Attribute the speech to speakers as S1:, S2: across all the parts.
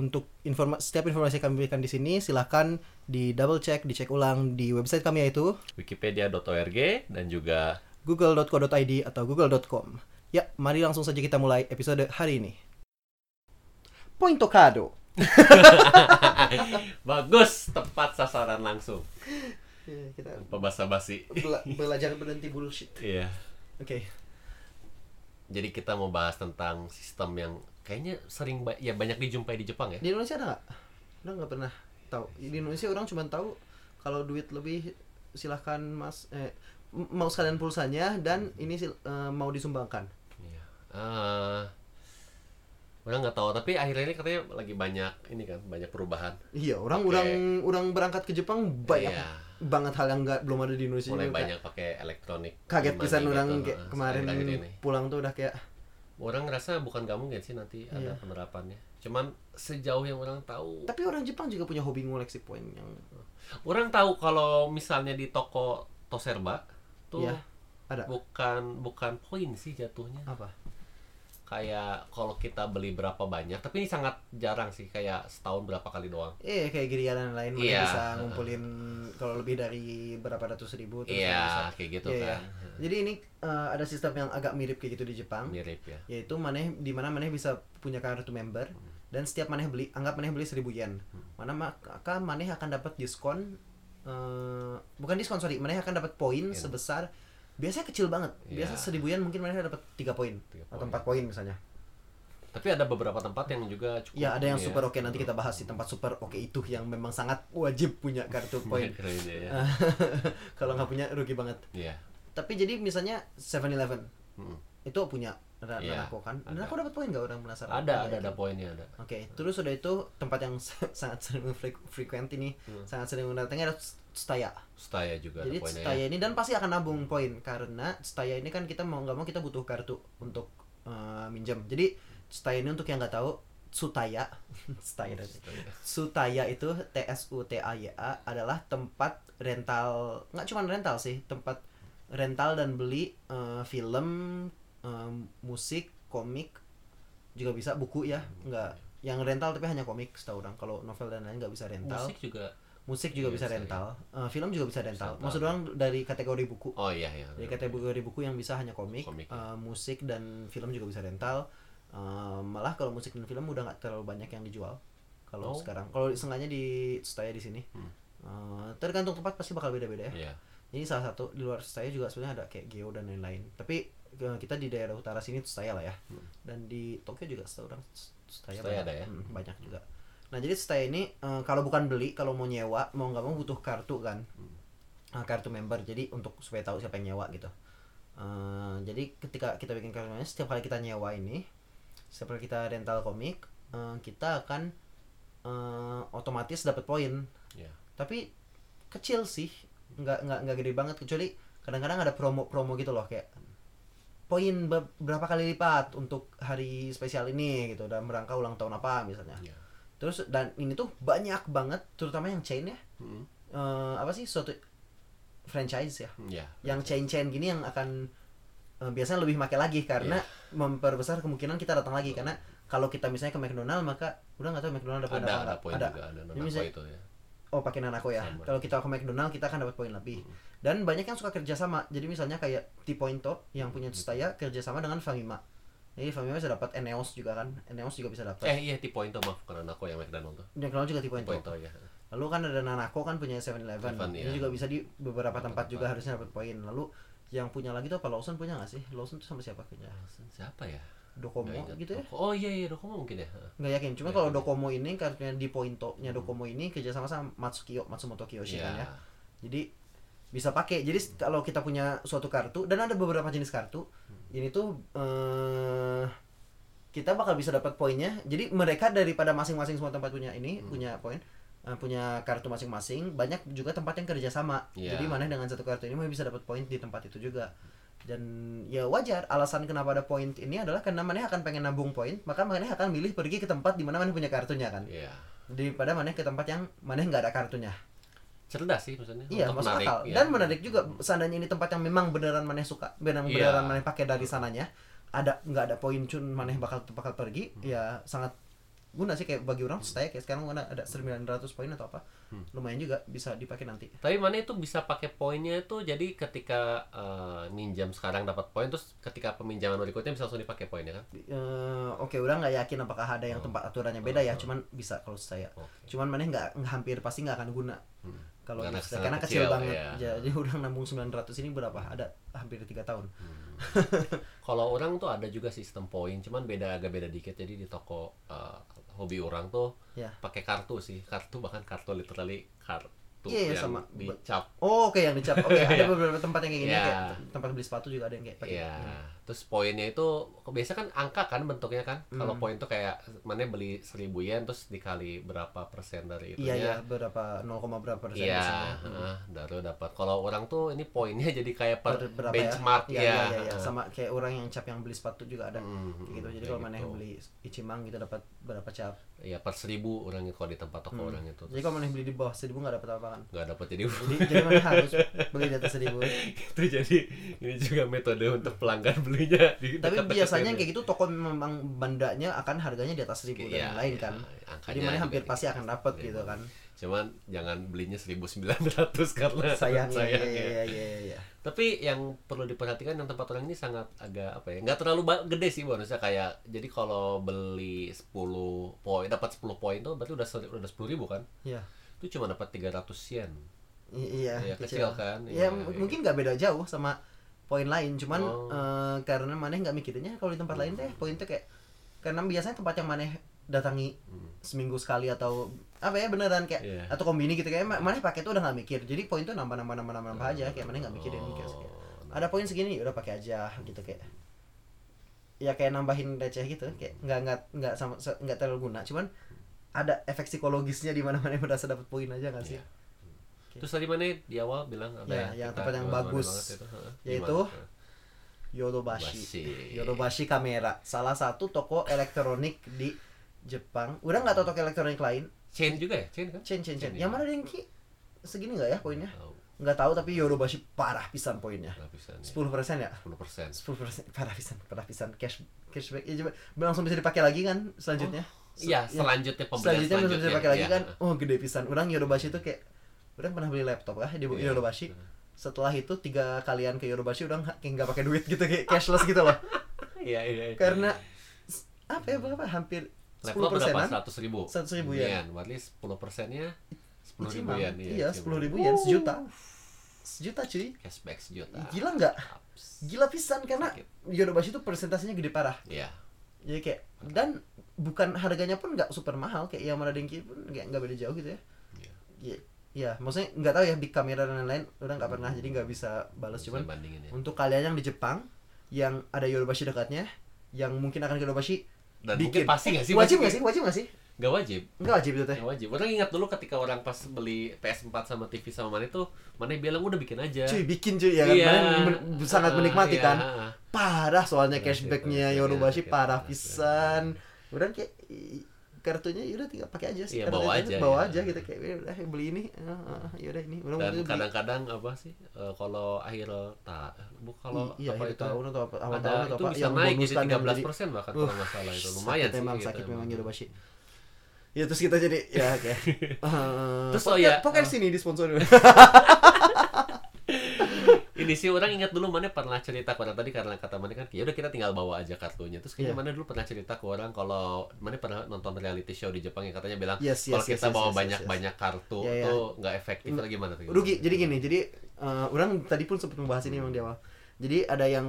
S1: untuk informa setiap informasi yang kami berikan di sini silahkan di double check, dicek ulang di website kami yaitu
S2: Wikipedia.org dan juga
S1: google.co.id atau google.com. Ya, mari langsung saja kita mulai episode hari ini. Pointo Kado.
S2: bagus tepat sasaran langsung
S1: Iya, kita
S2: pembahasa basi.
S1: belajar berhenti bullshit.
S2: Iya.
S1: Oke.
S2: Jadi kita mau bahas tentang sistem yang kayaknya sering ba- ya banyak dijumpai di Jepang ya.
S1: Di Indonesia ada nggak? Udah nggak pernah tahu. Di Indonesia orang cuma tahu kalau duit lebih silahkan mas eh m- mau sekalian pulsanya dan ini sil- eh, mau disumbangkan.
S2: Iya. Eh, orang nggak tahu tapi akhir-akhir ini katanya lagi banyak ini kan banyak perubahan.
S1: Iya, orang
S2: Oke.
S1: orang orang berangkat ke Jepang banyak
S2: Iya.
S1: banget hal yang nggak belum ada di Indonesia.
S2: Mulai
S1: juga.
S2: banyak pakai elektronik.
S1: Kaget
S2: money
S1: pisan
S2: gitu,
S1: orang
S2: eh,
S1: kayak
S2: eh,
S1: kemarin
S2: akhir-akhir ini.
S1: pulang tuh udah kayak
S2: Orang ngerasa bukan kamu mungkin sih nanti
S1: Iya.
S2: ada penerapannya. Cuman sejauh yang orang tahu,
S1: Tapi orang Jepang juga punya hobi ngoleksi poin yang
S2: orang tahu kalau misalnya di toko Toserba tuh
S1: Iya, ada.
S2: bukan bukan poin sih jatuhnya.
S1: apa?
S2: Kayak kalau kita beli berapa banyak, tapi ini sangat jarang sih kayak setahun berapa kali doang.
S1: Eh kayak gerian dan lain mana
S2: Iya.
S1: bisa ngumpulin kalau lebih dari berapa ratus ribu terus
S2: Iya,
S1: bisa.
S2: kayak gitu
S1: Iya, iya.
S2: kan.
S1: Jadi ini eh, ada sistem yang agak mirip kayak gitu di Jepang,
S2: Mirip ya.
S1: yaitu maneh di mana maneh bisa punya kartu member dan setiap maneh beli anggap maneh beli 1000 yen. Mana maka maneh akan dapat diskon eh, bukan diskon sorry, maneh akan dapat poin
S2: Iya.
S1: sebesar biasanya kecil banget.
S2: Iya.
S1: Biasa 1000 yen mungkin maneh dapat 3 poin
S2: Tiga
S1: atau
S2: poin.
S1: 4 poin misalnya.
S2: Tapi ada beberapa tempat yang juga cukup.
S1: Ya
S2: iya.
S1: ada yang
S2: ini
S1: super oke nanti kita bahas di tempat super oke itu yang memang sangat wajib punya kartu poin.
S2: Keren ya, ya.
S1: Kalau nggak punya rugi banget.
S2: Iya.
S1: Tapi jadi misalnya 7-Eleven
S2: Mm.
S1: itu punya Ra-
S2: Iya,
S1: Nanako kan.
S2: ada.
S1: Nanako dapat poin nggak orang penasaran?
S2: Ada, ada, ada poinnya ada.
S1: Oke, terus udah itu tempat yang sangat sering frek- frekuensi nih, sangat sering mendatangi ada Staya.
S2: Staya juga
S1: Jadi
S2: Hmm. ada poinnya.
S1: Staya
S2: ya.
S1: ini dan pasti akan nabung poin karena Staya ini kan kita mau nggak mau kita butuh kartu untuk eh, minjam. Jadi Staya ini untuk yang nggak tahu Sutaya, Staya.
S2: Hmm.
S1: tadi. Sutaya itu T S U T A Y A adalah tempat rental nggak cuma rental sih tempat rental dan beli eh, film eh, musik komik juga bisa buku ya nggak yang rental tapi hanya komik setahu orang kalau novel dan lain nggak bisa rental musik,
S2: Musik juga.
S1: juga
S2: Iya,
S1: bisa
S2: bisa,
S1: rental Eh, film juga bisa rental
S2: Bisa,
S1: maksud
S2: Pak.
S1: orang dari kategori buku
S2: Oh iya iya.
S1: dari kategori buku yang bisa hanya komik,
S2: Komik,
S1: eh,
S2: ya.
S1: musik dan film juga bisa rental. Eh, malah kalau musik dan film udah nggak terlalu banyak yang dijual kalau
S2: Oh.
S1: sekarang. Kalau sengaja di Staya di sini.
S2: Hmm.
S1: Eh, tergantung tempat pasti bakal beda-beda ya.
S2: Iya.
S1: Ini salah satu di luar Staya juga sebenarnya ada kayak Geo dan lain-lain. Tapi eh, kita di daerah utara sini Staya lah ya.
S2: Hmm.
S1: Dan di Tokyo juga setahu orang Staya,
S2: Staya
S1: banyak.
S2: ada ya?
S1: Hmm, banyak juga. Nah, jadi Staya ini eh, kalau bukan beli, kalau mau nyewa, mau nggak mau butuh kartu kan.
S2: Hmm.
S1: Eh, kartu member. Jadi untuk supaya tahu siapa yang nyewa gitu. Eh, jadi ketika kita bikin kartu member, setiap kali kita nyewa ini, setiap kali kita rental komik, eh, kita akan eh, otomatis dapat poin
S2: Iya.
S1: tapi kecil sih nggak nggak nggak gede banget kecuali kadang-kadang ada promo-promo gitu loh kayak poin be- berapa kali lipat untuk hari spesial ini gitu dalam rangka ulang tahun apa misalnya
S2: Iya.
S1: terus dan ini tuh banyak banget terutama yang chain ya
S2: Mm-mm.
S1: Eh, apa sih suatu franchise ya
S2: Iya.
S1: yang chain-chain gini yang akan eh, biasanya lebih make lagi karena
S2: Iya.
S1: memperbesar kemungkinan kita datang lagi karena kalau kita misalnya ke McDonald maka udah nggak tahu McDonald dapat
S2: Ada
S1: apa
S2: ada
S1: nggak.
S2: poin juga ada
S1: Ini
S2: nama
S1: misalnya-
S2: itu ya.
S1: oh pakai nanako ya
S2: Sama. Hmm.
S1: kalau kita ke McDonald kita akan dapat poin lebih dan banyak yang suka kerjasama jadi misalnya kayak T Point Top yang punya
S2: Hmm.
S1: Tsutaya kerjasama dengan Famima jadi Famima bisa dapat Eneos juga kan Eneos juga bisa dapat
S2: Eh iya T point tuh maaf bukan anakku yang McDonald tuh.
S1: McDonald juga T Point
S2: Point
S1: Top
S2: tuh ya.
S1: lalu kan ada Nanako kan punya 7-Eleven
S2: Eleven,
S1: ini
S2: iya.
S1: juga bisa di beberapa tempat
S2: Tempat-tempat.
S1: juga harusnya dapat poin lalu yang punya lagi tuh apa Lawson punya nggak sih Lawson tuh sama siapa punya
S2: Siapa ya?
S1: Docomo
S2: Nggak ingat.
S1: gitu ya
S2: Doko- Oh iya iya Dokomo mungkin ya.
S1: nggak yakin cuma
S2: Nggak
S1: kalau
S2: yakin.
S1: Docomo ini kartunya di Pointo-nya Docomo ini kerjasama sama Matsukiyo Matsumoto Kiyoshi kan ya
S2: Iya.
S1: jadi bisa pakai jadi kalau kita punya suatu kartu dan ada beberapa jenis kartu ini tuh eh kita bakal bisa dapat poinnya jadi mereka daripada masing-masing semua tempat punya ini punya poin eh, punya kartu masing-masing banyak juga tempat yang kerjasama
S2: Iya.
S1: jadi mana dengan satu kartu ini mana bisa dapat poin di tempat itu juga dan ya wajar alasan kenapa ada poin ini adalah karena mana akan pengen nabung poin maka mana akan milih pergi ke tempat di mana mana punya kartunya kan
S2: Iya.
S1: daripada mana ke tempat yang mana nggak ada kartunya
S2: Cerdas sih maksudnya.
S1: Iya,
S2: Untuk
S1: masuk
S2: menarik,
S1: akal.
S2: ya.
S1: Dan menarik juga seandainya ini tempat yang memang beneran maneh suka, beneran
S2: Iya.
S1: beneran maneh pakai dari sananya. Ada nggak ada poin cun maneh bakal bakal pergi,
S2: Hmm.
S1: ya sangat guna sih kayak bagi orang saya kayak sekarang mana ada 900 poin atau apa.
S2: Hmm.
S1: Lumayan juga bisa dipakai nanti.
S2: Tapi mana itu bisa pakai poinnya itu jadi ketika eh, minjam sekarang dapat poin terus ketika peminjaman berikutnya bisa langsung dipakai poinnya kan?
S1: Eh, oke, udah nggak yakin apakah ada yang
S2: Oh.
S1: tempat aturannya beda ya,
S2: Oh.
S1: cuman bisa kalau saya.
S2: Oke.
S1: Cuman maneh nggak hampir pasti nggak akan guna.
S2: Hmm.
S1: Kalau
S2: Karena
S1: di saya,
S2: sangat
S1: karena kecil,
S2: kecil,
S1: banget.
S2: iya.
S1: Jadi udah nambung 900 ini berapa? Ada hampir tiga tahun.
S2: Kalau orang tuh ada juga sistem poin, cuman beda agak beda dikit. Jadi di toko eh, hobi orang tuh
S1: Ya.
S2: pakai kartu sih, kartu bahkan kartu literally kartu
S1: Iya, iya,
S2: yang
S1: sama.
S2: dicap.
S1: Oh, oke yang dicap. Oke, ada
S2: Iya.
S1: beberapa tempat yang kayak gini
S2: Iya.
S1: kayak tempat beli sepatu juga ada yang kayak pakai. Hmm.
S2: Iya. Terus poinnya itu biasa kan angka kan bentuknya kan.
S1: Hmm.
S2: Kalau poin tuh kayak mana beli 1000 yen terus dikali berapa persen
S1: Iya,
S2: dari itunya.
S1: iya, berapa 0, berapa persen ya.
S2: Iya,
S1: biasanya. Hmm.
S2: heeh, baru dapat. Kalau orang tuh ini poinnya jadi kayak per
S1: Per- berapa
S2: benchmark
S1: ya? Iya,
S2: ya.
S1: iya, iya, iya.
S2: heeh.
S1: sama kayak orang yang cap yang beli sepatu juga ada.
S2: Mm,
S1: Kayak
S2: mm,
S1: gitu. Jadi
S2: kayak
S1: kalau mana yang
S2: gitu.
S1: beli Ichimang gitu dapat berapa cap.
S2: Iya, per seribu orang itu kalau di tempat
S1: Hmm.
S2: toko orang itu
S1: Jadi kalau mana yang beli di bawah 1000 nggak dapat apa-apa kan.
S2: nggak dapat jadi
S1: Jadi jadi mana harus beli di atas 1000.
S2: itu Gitu, jadi ini juga metode untuk pelanggan belinya di
S1: Tapi
S2: dekat-dekat
S1: biasanya
S2: ini.
S1: kayak gitu toko memang bandanya akan harganya di atas 1000 dan
S2: Iya,
S1: yang lain
S2: iya,
S1: kan.
S2: angkanya
S1: Jadi mana
S2: juga
S1: hampir
S2: di
S1: pasti
S2: atas
S1: akan dapat
S2: 1000.
S1: gitu kan.
S2: Cuman jangan belinya 1900 karena
S1: Sayangnya, iya,
S2: sayangnya.
S1: iya, iya, iya, iya.
S2: Tapi yang perlu diperhatikan yang tempat orang ini sangat agak apa ya? nggak terlalu ba- gede sih bonusnya kayak jadi kalau beli 10 poin dapat 10 poin tuh berarti udah ser- udah 10 ribu kan?
S1: Iya.
S2: Itu cuma dapat 300 yen.
S1: I- Iya,
S2: Iya, kecil kan?
S1: Ya,
S2: Iya,
S1: m-
S2: iya.
S1: mungkin nggak beda jauh sama poin lain, cuman
S2: Oh.
S1: eh, karena maneh nggak mikirinnya kalau di tempat lain teh poin tuh kayak karena biasanya tempat yang maneh datangi seminggu sekali atau apa ya beneran kayak
S2: Hmm. Iya.
S1: atau kombini gitu kayak ma- maneh pakai tuh udah nggak mikir. Jadi poin tuh nambah nambah nambah nambah, nambah aja kayak maneh nggak mikirin
S2: Oh,
S1: kayak, kayak,
S2: nah,
S1: ada poin segini udah pakai aja gitu kayak ya kayak nambahin receh gitu kayak nggak nggak nggak sama se- nggak terlalu guna cuman ada efek psikologisnya di mana mana merasa dapat poin aja nggak sih
S2: Iya. Terus tadi mana di awal bilang ada
S1: Ya, yang
S2: kita
S1: tempat yang
S2: gimana-gimana
S1: bagus.
S2: banget itu, heeh.
S1: Yaitu?
S2: Gimana?
S1: Yodobashi.
S2: Bashi.
S1: Yodobashi Kamera, salah satu toko elektronik di Jepang. Udah nggak tau toko elektronik lain?
S2: chain juga ya, chain kan?
S1: Chain, chain, chain.
S2: Chain,
S1: Yang
S2: iya.
S1: mana ada yang ki? Segini nggak ya poinnya?
S2: Tahu,
S1: Nggak tahu tapi Yodobashi parah pisan poinnya.
S2: nggak bisa nih.
S1: 10% ya?
S2: 10%.
S1: 10% parah pisan, parah pisan cash cashback. Ya, coba langsung bisa dipakai lagi kan selanjutnya? Se- ya.
S2: Iya, selanjutnya pembelian
S1: selanjutnya bisa bisa pakai lagi
S2: iya.
S1: kan oh gede pisan orang Yodobashi itu kayak orang pernah beli laptop kah di
S2: Iya.
S1: Yodobashi setelah itu tiga kalian ke Yodobashi orang kayak nggak pakai duit gitu kayak cashless gitu loh
S2: Iya, iya. iya.
S1: karena s- apa ya berapa hampir sepuluh
S2: laptop berapa?
S1: persenan ya.
S2: 100 ribu.
S1: 100.000 yen.
S2: Berarti 10 persennya 10 ribu
S1: Ichiman.
S2: yen.
S1: iya sepuluh ribu
S2: Ichiman.
S1: yen sejuta sejuta cuy
S2: Cashback sejuta.
S1: gila nggak
S2: Ups.
S1: gila pisan karena Yodobashi itu persentasenya gede parah
S2: Iya.
S1: jadi kayak dan bukan harganya pun nggak super mahal kayak Yamada Denki pun nggak nggak beda jauh gitu ya
S2: Iya.
S1: Iya, ya, maksudnya nggak tahu ya big kamera dan lain-lain, udah nggak pernah jadi nggak bisa balas
S2: Bisa
S1: cuman
S2: bandingin ya.
S1: untuk kalian yang di Jepang yang ada Yodobashi dekatnya, yang mungkin akan ke Yodobashi,
S2: Dan
S1: bikin.
S2: mungkin pasti nggak sih?
S1: wajib nggak sih? Wajib nggak sih?
S2: Nggak wajib.
S1: Nggak wajib itu teh.
S2: Nggak wajib. Orang ingat dulu ketika orang pas beli PS4 sama TV sama mana itu, mana bilang udah bikin aja.
S1: Cuy bikin cuy ya kan,
S2: Iya.
S1: Kalian men- sangat
S2: Ah,
S1: menikmati
S2: iya.
S1: kan. Parah soalnya
S2: Parah sih, parah
S1: cashbacknya
S2: sih,
S1: Yodobashi
S2: parah sih,
S1: parah
S2: parah sih.
S1: pisan. Udah kayak i- kartunya yaudah tinggal pakai aja sih.
S2: Iya, bawa
S1: Kartunya
S2: aja,
S1: Bawa
S2: ya.
S1: aja gitu kayak udah beli ini, ah, ah, yaudah ini. Udah
S2: Dan
S1: waktu itu beli.
S2: kadang-kadang apa sih? eh, kalau akhir tak, bu kalau
S1: iya,
S2: apa
S1: akhir
S2: itu?
S1: tahun atau apa awal
S2: ada
S1: tahun atau
S2: itu
S1: apa
S2: bisa naik jadi
S1: bonus kan, yang
S2: 13
S1: jadi-
S2: persen bahkan
S1: Uh,
S2: kalau nggak salah itu lumayan
S1: sakit
S2: sih
S1: memang
S2: gitu,
S1: sakit
S2: emang.
S1: memang Yodobashi ya terus kita jadi ya oke Eh,
S2: Terus,
S1: podcast-
S2: oh ya,
S1: podcast ini disponsori
S2: ini sih orang ingat dulu mana pernah cerita ke orang tadi karena kata mana kan ya udah kita tinggal bawa aja kartunya terus kayaknya
S1: Iya.
S2: mana dulu pernah cerita ke orang kalau mana pernah nonton reality show di Jepang yang katanya bilang
S1: Yes, yes,
S2: kalau
S1: yes,
S2: kita
S1: yes,
S2: bawa
S1: yes, yes,
S2: banyak banyak kartu
S1: Iya, iya.
S2: tuh nggak efektif atau gimana tuh
S1: rugi jadi gini jadi eh, orang tadi pun sempat membahas ini emang di awal jadi ada yang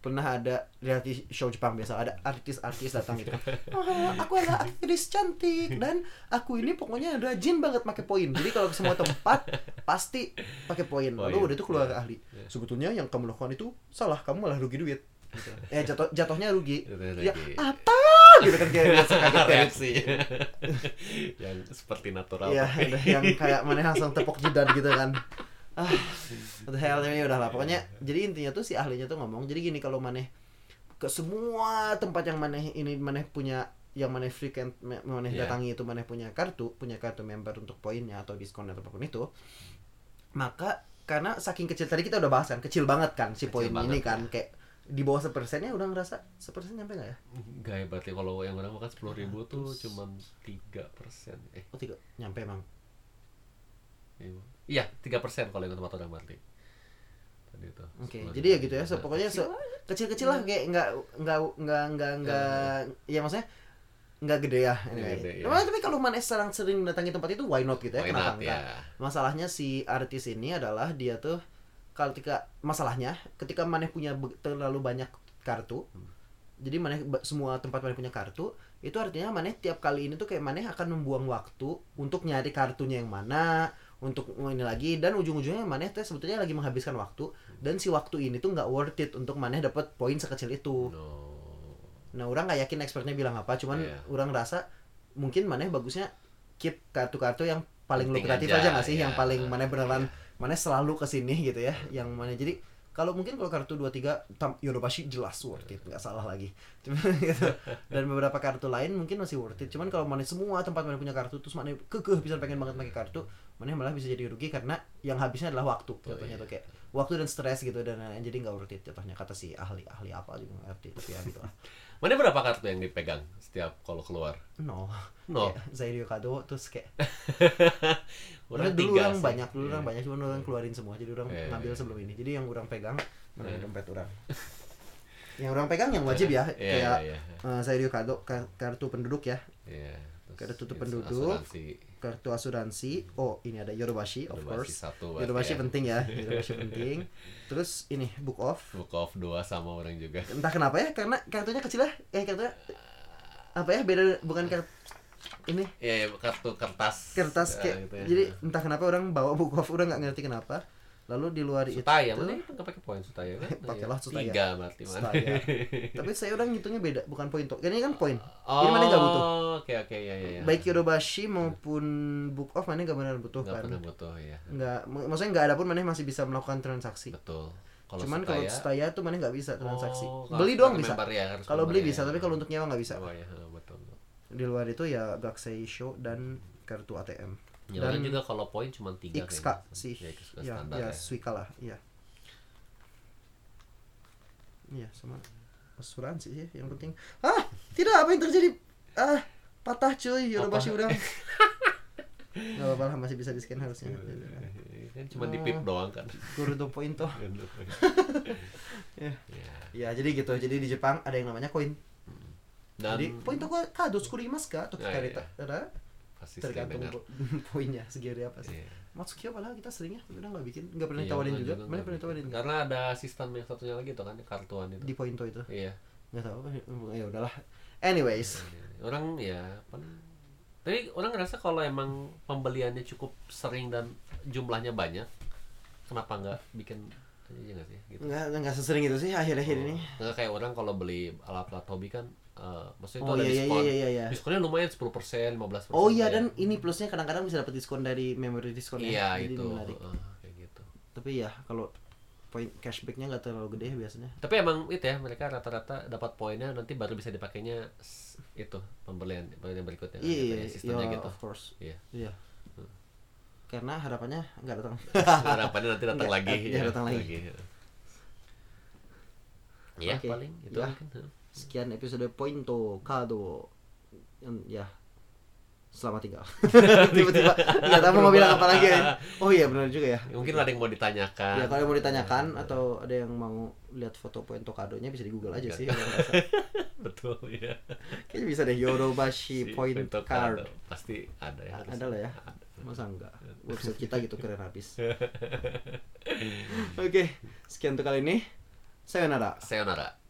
S1: pernah ada reality show Jepang biasa ada artis-artis datang gitu "Ah, aku adalah aktris cantik dan aku ini pokoknya rajin banget pakai poin jadi kalau ke semua tempat pasti pakai poin lalu
S2: Poin.
S1: udah itu keluar
S2: Ya,
S1: ahli
S2: ya.
S1: sebetulnya yang kamu lakukan itu salah kamu malah Eh, rugi duit Gitu. ya jatuh jatuhnya rugi
S2: Jatuhnya
S1: ya
S2: rugi.
S1: apa gitu kan kayak biasa kaget kaget
S2: reaksi yang seperti natural
S1: Iya, ada yang kayak mana langsung tepok jidat gitu kan. Ah, what the hell ini udah lah. Pokoknya
S2: Iya,
S1: jadi intinya tuh si ahlinya tuh ngomong, jadi gini kalau maneh ke semua tempat yang maneh ini maneh punya yang maneh frequent ma- maneh
S2: Iya.
S1: datangi itu maneh punya kartu, punya kartu member untuk poinnya atau diskon atau apapun itu. Maka karena saking kecil tadi kita udah bahas kan, kecil banget kan si
S2: Kecil
S1: poin ini
S2: banget, ya.
S1: kan kayak di bawah sepersennya udah ngerasa sepersen nyampe nggak ya?
S2: Gak ya, berarti kalau yang orang makan sepuluh ribu tuh cuma tiga persen. Eh,
S1: Oh tiga, nyampe emang.
S2: iya. iya tiga persen kalau yang tempat orang berarti. Tadi itu.
S1: Oke,
S2: 10.000.
S1: jadi ya gitu ya.
S2: Nah,
S1: So, pokoknya se- kecil-kecil lah kayak nggak nggak nggak nggak
S2: Iya.
S1: nggak ya maksudnya nggak gede ya. Anyway.
S2: gede, ya.
S1: Tapi- Tapi kalau Manes sekarang sering datangi tempat itu why not gitu ya?
S2: Why
S1: Kenapa
S2: not,
S1: enggak?
S2: ya.
S1: Masalahnya si artis ini adalah dia tuh kalau ketika masalahnya ketika Manes punya be- terlalu banyak kartu. Jadi Manes ba- semua tempat Manes punya kartu, itu artinya Manes tiap kali ini tuh kayak Manes akan membuang waktu untuk nyari kartunya yang mana, untuk oh, ini lagi dan ujung-ujungnya maneh teh sebetulnya lagi menghabiskan waktu dan si waktu ini tuh nggak worth it untuk maneh dapat poin sekecil itu.
S2: No.
S1: Nah orang nggak yakin expertnya bilang apa, cuman
S2: Iya.
S1: orang rasa mungkin maneh bagusnya keep kartu-kartu yang paling
S2: Penting
S1: lukratif aja
S2: aja,
S1: nggak sih,
S2: iya.
S1: yang paling maneh beneran maneh selalu kesini gitu ya, yang maneh jadi kalau mungkin kalau kartu 23 tam Yodobashi jelas worth it, nggak salah lagi. Cuma gitu. Dan beberapa kartu lain mungkin masih worth it. Cuman kalau maneh semua tempat maneh punya kartu terus maneh kekeh bisa pengen banget pakai kartu, maneh malah bisa jadi rugi karena yang habisnya adalah waktu. Contohnya
S2: iya.
S1: tuh kayak waktu dan stres gitu dan lain-lain. jadi nggak worth it contohnya kata si ahli ahli apa juga nggak ngerti tapi ya gitu lah.
S2: Mana berapa kartu yang dipegang setiap kalau keluar?
S1: No.
S2: No.
S1: Kayak Zairio Kado terus kayak
S2: Orang
S1: Karena dulu
S2: tiga
S1: orang
S2: sih.
S1: banyak, dulu
S2: Iya.
S1: orang banyak cuman orang keluarin semua. Jadi orang
S2: Iya,
S1: ngambil
S2: iya.
S1: sebelum ini. Jadi yang orang pegang mana
S2: Iya.
S1: dompet orang. yang orang pegang yang wajib ya,
S2: Iya,
S1: kayak
S2: iya, iya.
S1: eh, Zairio Kado ka- kartu penduduk ya,
S2: Iya. Terus
S1: Kartu tutup
S2: ins-
S1: penduduk.
S2: asuransi.
S1: kartu asuransi. Oh, ini ada Yodobashi of
S2: Yodobashi
S1: course.
S2: satu berarti
S1: Yodobashi
S2: ya.
S1: penting ya, Yodobashi penting. Terus ini book off.
S2: Book off dua sama orang juga.
S1: Entah kenapa ya, karena kartunya kecil ya. Eh kartunya apa ya beda bukan kartu ini
S2: Iya, iya, kartu kertas.
S1: kertas
S2: Ya,
S1: kayak
S2: gitu ya.
S1: jadi entah kenapa orang bawa book off udah nggak ngerti kenapa lalu di luar itu
S2: Sutaya, ya, mana itu nggak pakai poin Sutaya kan?
S1: Pakailah ya. Sutaya.
S2: Tiga berarti mana?
S1: Sutaya. tapi saya orang ngitungnya beda bukan poin toh ini kan poin
S2: Oh,
S1: jadi mana nggak butuh
S2: Oke oke ya ya ya.
S1: baik Yodobashi maupun book off mana nggak benar butuh
S2: Nggak
S1: kan
S2: pernah butuh ya.
S1: nggak mak- maksudnya nggak ada pun mana masih bisa melakukan transaksi
S2: Betul. Kalau
S1: cuman kalau
S2: Sutaya,
S1: Staya tuh mana nggak bisa transaksi
S2: Oh, kalau
S1: beli doang
S2: kartu
S1: bisa
S2: member ya, harus
S1: kalau
S2: member
S1: beli
S2: ya.
S1: bisa tapi kalau untuk nyewa nggak bisa
S2: Oh, ya, ha, betul.
S1: di luar itu ya Gaksei Show dan kartu ATM
S2: Nyalain
S1: Dan
S2: Ya juga kalau poin cuma tiga
S1: XK
S2: kayaknya.
S1: sih
S2: Ya, XK
S1: ya
S2: standar
S1: ya
S2: ya.
S1: Suika lah iya iya sama asuransi sih yang penting ah tidak apa yang terjadi ah patah cuy Yodobashi
S2: Apa?
S1: udang nggak apa-apa lah masih bisa di scan harusnya
S2: Iya, Kan cuma
S1: Oh.
S2: di pip doang kan.
S1: guru do point toh ya.
S2: Ya.
S1: ya jadi gitu jadi di Jepang ada yang namanya koin
S2: Dan
S1: jadi poin tuh kado skurimasu ka atau
S2: Ya,
S1: kari
S2: ya. pasti setiap
S1: tergantung
S2: dengar.
S1: po- poinnya segede apa sih
S2: Iya.
S1: Matsukyo malah kita seringnya udah nggak bikin nggak pernah
S2: Iya,
S1: ditawarin
S2: orang
S1: juga mana
S2: nggak
S1: pernah
S2: bikin.
S1: ditawarin nggak?
S2: Karena ada sistem yang satunya lagi tuh kan kartuan itu.
S1: di poin tuh itu
S2: Iya.
S1: nggak tahu ya udahlah anyways
S2: Orang ya apa tapi orang ngerasa kalau emang pembeliannya cukup sering dan jumlahnya banyak, kenapa nggak bikin aja nggak sih? Gitu.
S1: nggak nggak sesering itu sih akhir-akhir ini
S2: Nggak kayak orang kalau beli alat-alat hobi kan, eh, maksudnya itu
S1: Oh,
S2: ada
S1: iya, iya,
S2: diskon.
S1: iya, iya, iya.
S2: Diskonnya lumayan 10 persen, 15
S1: oh iya dan ini plusnya kadang-kadang bisa dapat diskon dari member diskon ya.
S2: iya
S1: Jadi
S2: itu,
S1: menarik.
S2: Heeh, kayak gitu.
S1: tapi ya kalau poin cashbacknya nggak terlalu gede ya biasanya
S2: Tapi emang itu ya mereka rata-rata dapat poinnya nanti baru bisa dipakainya s- itu pembelian pembelian berikutnya.
S1: iya
S2: gitu
S1: iya
S2: ya,
S1: iya
S2: sistemnya gitu.
S1: of course
S2: Iya.
S1: iya karena harapannya nggak datang
S2: Iya, Harapannya nanti datang
S1: Nggak,
S2: lagi.
S1: ya, datang lagi.
S2: Ya,
S1: Oke.
S2: paling itu
S1: Ya.
S2: mungkin.
S1: sekian episode pointo kado Yang- ya selamat tinggal tiba-tiba nggak tahu mau bilang apa lagi ya. oh iya benar juga ya
S2: Ya, Mungkin ada yang mau ditanyakan.
S1: Ya kalau yang mau ditanyakan atau ada yang mau lihat foto pointo kadonya bisa di Google aja sih. kalau nggak salah.
S2: Betul ya.
S1: Kayaknya bisa deh Yorobashi
S2: Si
S1: Point
S2: Pinto
S1: Card.
S2: Kado. Pasti ada ya. harus.
S1: Ada lah ya. Masa enggak? Website kita gitu keren habis. Oke, sekian untuk kali ini. Sayonara.
S2: Sayonara.